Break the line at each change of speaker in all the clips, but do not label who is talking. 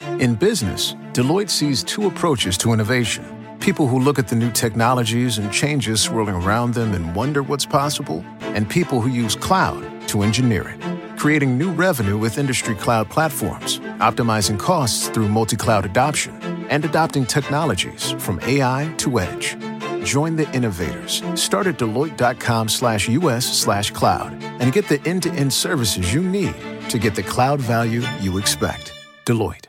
In business, Deloitte sees two approaches to innovation people who look at the new technologies and changes swirling around them and wonder what's possible, and people who use cloud to engineer it, creating new revenue with industry cloud platforms, optimizing costs through multi cloud adoption, and adopting technologies from AI to edge. Join the innovators. Start at Deloitte.com slash US slash cloud and get the end to end services you need to get the cloud value you expect. Deloitte.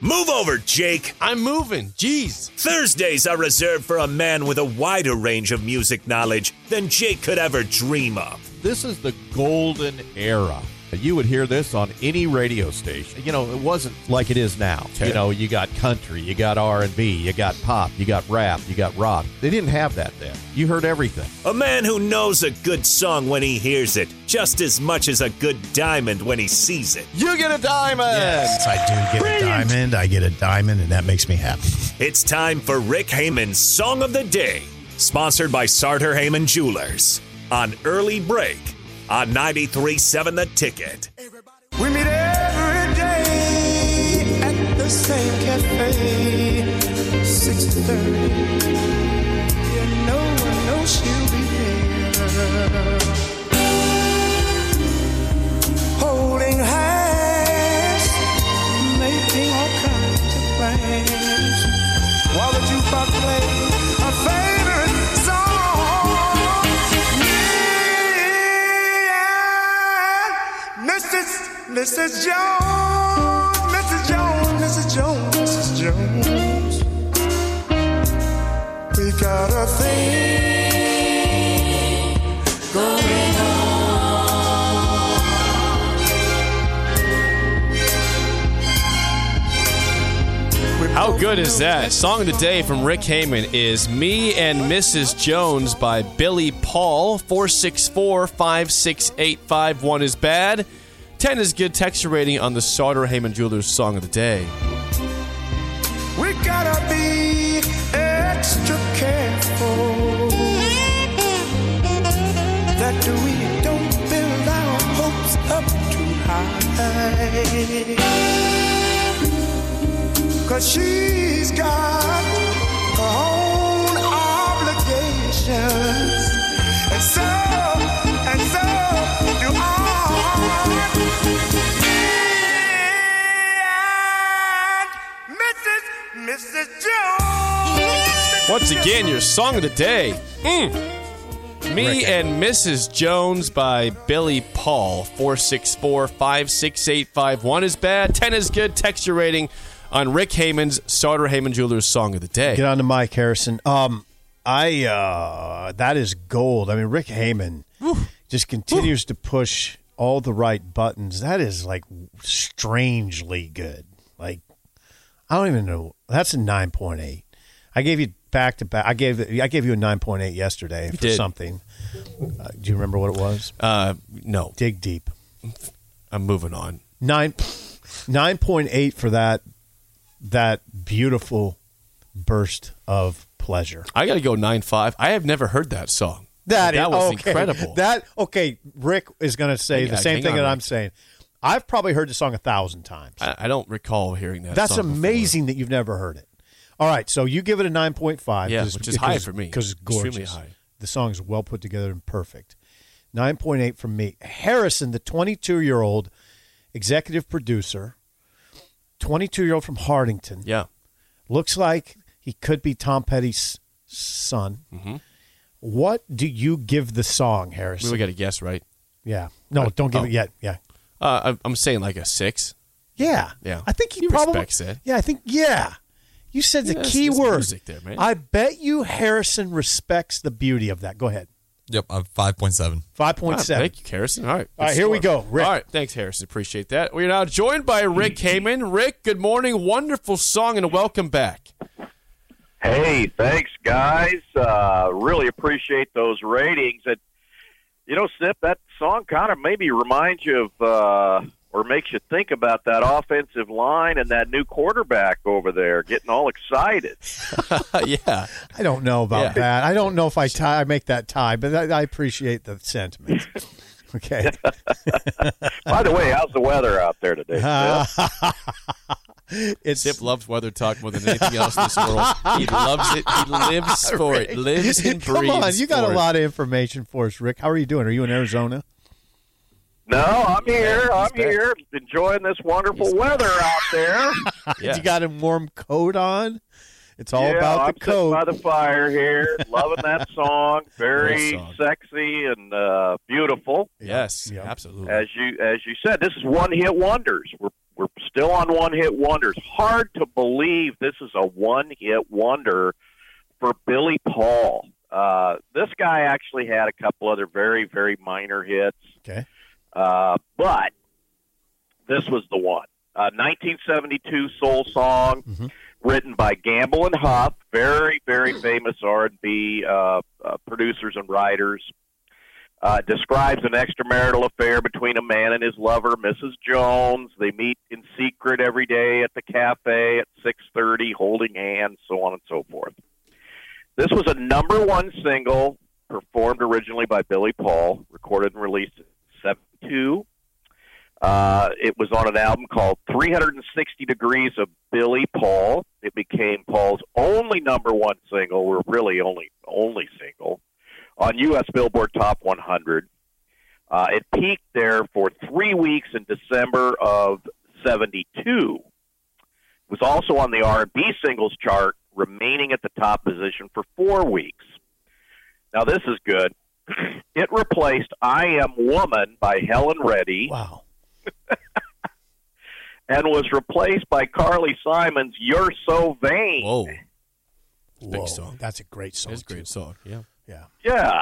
Move over, Jake.
I'm moving. Jeez.
Thursdays are reserved for a man with a wider range of music knowledge than Jake could ever dream of.
This is the golden era. You would hear this on any radio station. You know, it wasn't like it is now. You know, you got country, you got R&B, you got pop, you got rap, you got rock. They didn't have that then. You heard everything.
A man who knows a good song when he hears it, just as much as a good diamond when he sees it.
You get a diamond.
Yes, I do get a diamond. I get a diamond, and that makes me happy.
It's time for Rick Heyman's Song of the Day, sponsored by Sartor Heyman Jewelers. On Early Break on 93.7 The Ticket.
We meet every day at the same cafe, 6.30. Yeah, no one knows she'll be there. Holding hands, making all kinds of plans. While the jukebox plays our favorite song. Me and Mrs. Mrs. Jones, Mrs. Jones, Mrs. Jones, Mrs. Jones. We got a thing going on.
How good is that? Song of the day from Rick Heyman is Me and Mrs. Jones by Billy Paul. 464 568 1 is bad. 10 is good texture rating on the Sauter Heyman Jewelers Song of the Day.
We gotta be extra careful that we don't build our hopes up too high. Cause she's got her own obligations, and so, and so do I. And Mrs. Mrs. Jones.
Once again, your Song of the Day. Mm. Me and Mrs. Jones by Billy Paul. 464 568 1 is bad. 10 is good. Texture rating on Rick Heyman's Sauter Heyman Jewelers Song of the Day.
Get on the mic, Harrison. Um, I uh, that is gold. I mean, Rick Heyman just continues to push all the right buttons. That is like strangely good. Like I don't even know. That's a nine point eight. I gave you back to back. I gave I gave you a nine point eight yesterday for
did.
something. Uh, do you remember what it was?
Uh, no,
Dig deep.
I'm moving on.
nine nine point eight for that that beautiful burst of pleasure.
I got to go 9 5. I have never heard that song. that was incredible.
That okay, Rick is going to say
Hang-
the same
hang
thing
on,
that
Rick.
I'm saying. I've probably heard the song a thousand times.
I, I don't recall hearing that.
That's
song before.
amazing that you've never heard it. All right, so you give it a nine point five.
Yeah, which is high for me.
because it's
Extremely
gorgeous.
high.
The song is well put together and perfect. Nine point eight from me. Harrison, the twenty-two year old executive producer, twenty-two year old from Hardington,
Yeah.
looks like he could be Tom Petty's son.
Mm-hmm.
What do you give the song, Harrison?
We got to guess, right?
yeah, no, don't give
oh.
it yet. Yeah,
Uh, I'm- I'm saying like a six.
Yeah.
Yeah.
I think he
He
probably
respects it.
Yeah, I think yeah. You said the
Yeah, it's-
key
it's
word.
music there, man.
I bet you Harrison respects the beauty of that. Go ahead.
Yep, I'm 5.7.
Five
All
point
right,
seven.
Ah, Thank you, Harrison. All right.
All right, here we
Good score.
go, Rick.
All right. Thanks, Harrison. Appreciate that. We're now joined by Rick Heyman. Rick, good morning. Wonderful song and welcome back.
Hey, thanks, guys. Uh, really appreciate those ratings. And you know, Sip, that song kind of maybe reminds you of uh, or makes you think about that offensive line and that new quarterback over there getting all excited.
yeah.
I don't know about
Yeah.
that. I don't know if I tie I make that tie, but I, I appreciate the sentiment. Okay.
By the way, how's the weather out there today? Sip?
Uh, It's
Sip loves weather talk more than anything else in this world. He loves it. He lives for it. Lives and
Come
breathes.
on, you got
for
a
it.
lot of information for us, Rick. How are you doing? Are you in Arizona?
No, I'm here. I'm here, enjoying this wonderful weather out there.
Yeah.
You got a warm coat on. It's all
yeah,
about
I'm
the
sitting
coat.
by the fire here, loving that song. Very
Great song.
sexy and uh, beautiful,
Yes,
Yeah.
absolutely.
as you as you said. This is one hit wonders. We're we're still on one hit wonders. Hard to believe this is a one hit wonder for Billy Paul. Uh, this guy actually had a couple other very very minor hits.
Okay.
Uh, but this was the one. Uh, 1972 soul song
Mhm.
written by Gamble and Huff, very very famous R&B uh, uh, producers and writers. Uh, describes an extramarital affair between a man and his lover, Mrs. Jones. They meet in secret every day at the cafe at 6:30, holding hands, so on and so forth. This was a number one single performed originally by Billy Paul, recorded and released in 72. Uh, it was on an album called 360 Degrees of Billy Paul. It became Paul's only number one single, or really only only single, on U.S. Billboard Top 100. Uh, it peaked there for three weeks in December of 72 was also on the R&B singles chart, remaining at the top position for four weeks. Now this is good. It replaced "I Am Woman" by Helen Reddy
Wow.
and was replaced by Carly Simon's "You're So Vain."
Whoa,
Whoa.
song.
That's a great song.
that's a great
too.
song. Yeah.
Yeah.
Yeah.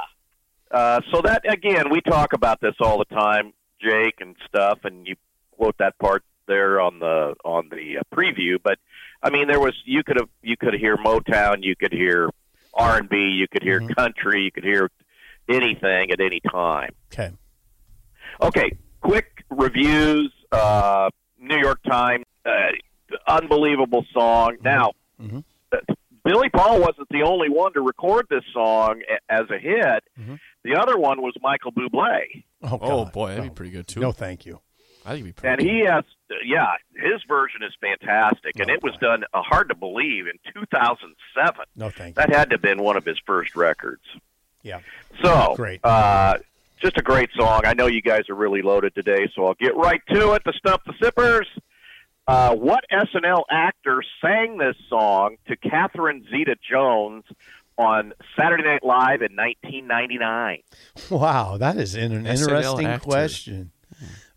Uh, so that again, we talk about this all the time, Jake and stuff, and you quote that part there on the on the uh, preview. But I mean, there was you could have you could hear Motown, you could hear R and B, you could hear country, you could hear anything at any time.
Okay.
Okay, quick reviews. Uh, New York Times, uh, unbelievable song. Now,
Mhm.
uh, Billy Paul wasn't the only one to record this song a- as a hit.
Mhm.
The other one was Michael Bublé,
Oh,
Oh
God.
boy, that'd
no.
be pretty good too.
No, thank you.
I think it'd be pretty.
and
good.
he has, yeah, his version is fantastic, and
Oh,
it was
boy.
done uh, hard to believe in 2007.
No, thank you.
That had to have been one of his first records.
Yeah.
So,
Great.
Uh, just a great song. I know you guys are really loaded today, so I'll get right to it. The stuff, the sippers. Uh, what SNL actor sang this song to Catherine Zeta-Jones on Saturday Night Live in 1999?
Wow, that is an, an
SNL
interesting
actor. Hmm.
question.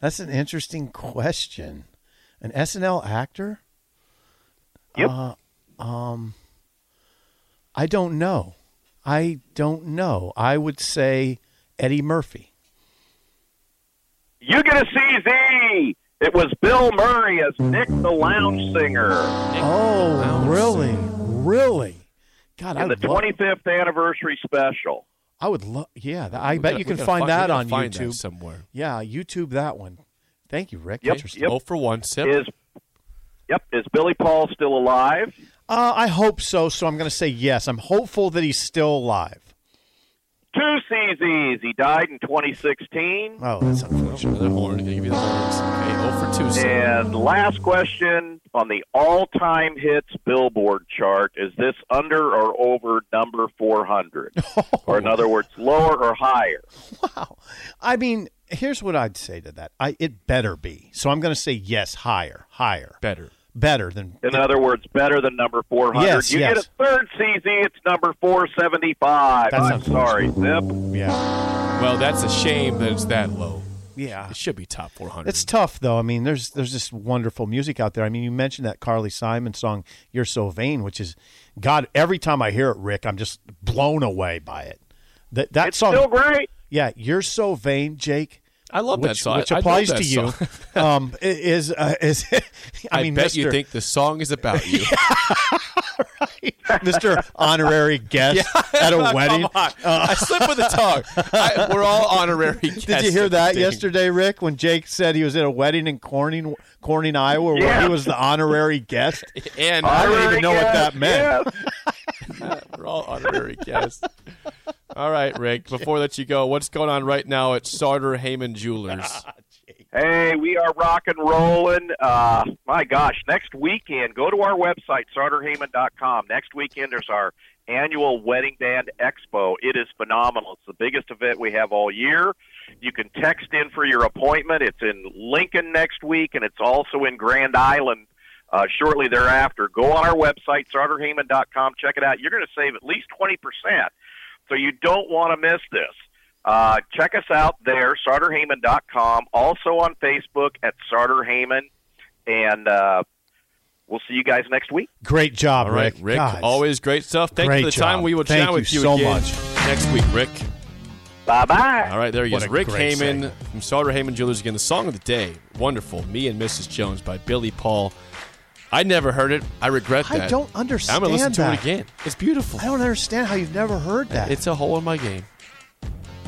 That's an interesting question. An SNL actor?
Yep.
Uh, um, I don't know. I don't know. I would say Eddie Murphy.
You get a CZ. It was Bill Murray as Nick the Lounge Singer
Oh,
Lounge
really? Really? God, I
in the
would love.
25th anniversary special.
I would love. Yeah, that, I
We
bet
gotta- we
you can
gotta
find
we
that
gotta
on
find that
YouTube.
somewhere.
yeah, YouTube that one. Thank you, Rick.
Yep,
Interesting.
yep.
Oh, for one sip.
Is Yep, is Billy Paul still alive?
Uh, I hope so. So I'm going to say yes. I'm hopeful that he's still alive.
Two CZs. He died in 2016.
Oh, that's unfortunate.
Another horn. Gonna give you the horns. Okay, oh for two sip.
And last question on the all-time hits Billboard chart: Is this under or over number 400? Or in other words, lower or higher?
Wow. I mean, here's what I'd say to that. I it better be. So I'm going to say yes, higher, higher,
Better.
better than
In other words, better than number 400.
Yes,
you
yes.
get a third CZ. It's number 475.
That
I'm
sounds-
sorry, Zip.
yeah,
Well, that's a shame that it's that low. Ah,
yeah.
It should be top 400.
It's tough though. I mean, there's there's this wonderful music out there. I mean, you mentioned that Carly Simon song "You're So Vain," which is, God, every time I hear it, Rick, I'm just blown away by it. That that
It's
song,
still great.
yeah, "You're So Vain," Jake.
I love that
which,
song.
which
I- I
applies
love
to
that
you.
song.
um, i- is uh, is I,
I,
mean,
bet
Mr.
you think the song is about you.
Mr. Honorary Guest at a wedding. Uh.
Come on. I slip with the tongue. I, we're all honorary guests.
Did you hear
of the
that
thing.
yesterday, Rick? When Jake said he was at a wedding in Corning, Corning, Iowa, where he
Yeah.
was the honorary guest.
And
I don't even
Honorary
know what that
guest,
meant.
yes.
we're all honorary guests.
Ah,
All right, Rick, before I let you go, what's going on right now at Sarter Heyman Jewelers?
Hey, we are rock and rolling. Uh, my gosh, next weekend, go to our website, sarterheyman.com. Next weekend is our annual Wedding Band Expo. It is phenomenal. It's the biggest event we have all year. You can text in for your appointment. It's in Lincoln next week, and it's also in Grand Island uh, shortly thereafter. Go on our website, sarterheyman.com. Check it out. You're going to save at least 20%. So you don't want to miss this. Uh, check us out there, sarterheyman.com. Also on Facebook at Sarter Heyman. And uh, we'll see you guys next week.
Great job,
All right,
Rick.
Rick.
God,
Always great stuff. Thanks
Great
for the
job.
time. We will
Thank
chat
you
with you
so
again
much.
next week, Rick.
Bye bye.
All right, there he
What
is.
a
Rick
great
Heyman
segment.
from Starter Heyman Jewelers again. The song of the day, wonderful. Me and Mrs. Jones by Billy Paul. I never heard it. I regret
I
that.
don't understand
I'm gonna listen to
that.
it again. It's beautiful.
I don't understand how you've never heard that.
It's a hole in my game.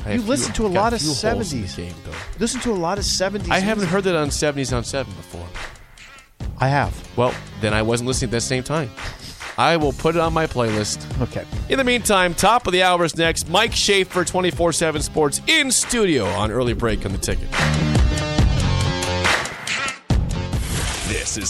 I
You
have
listen
few-
to a
I've got
lot of
few holes in the
70s.
game, though.
Listen to a lot of 70s.
I haven't
music.
heard that on 70s on 7 before.
I have.
Well, then I wasn't listening at the same time. I will put it on my playlist.
Okay.
In the meantime, top of the hour is next. Mike Schaefer, 24 7 Sports, in studio on early break on the ticket.
This is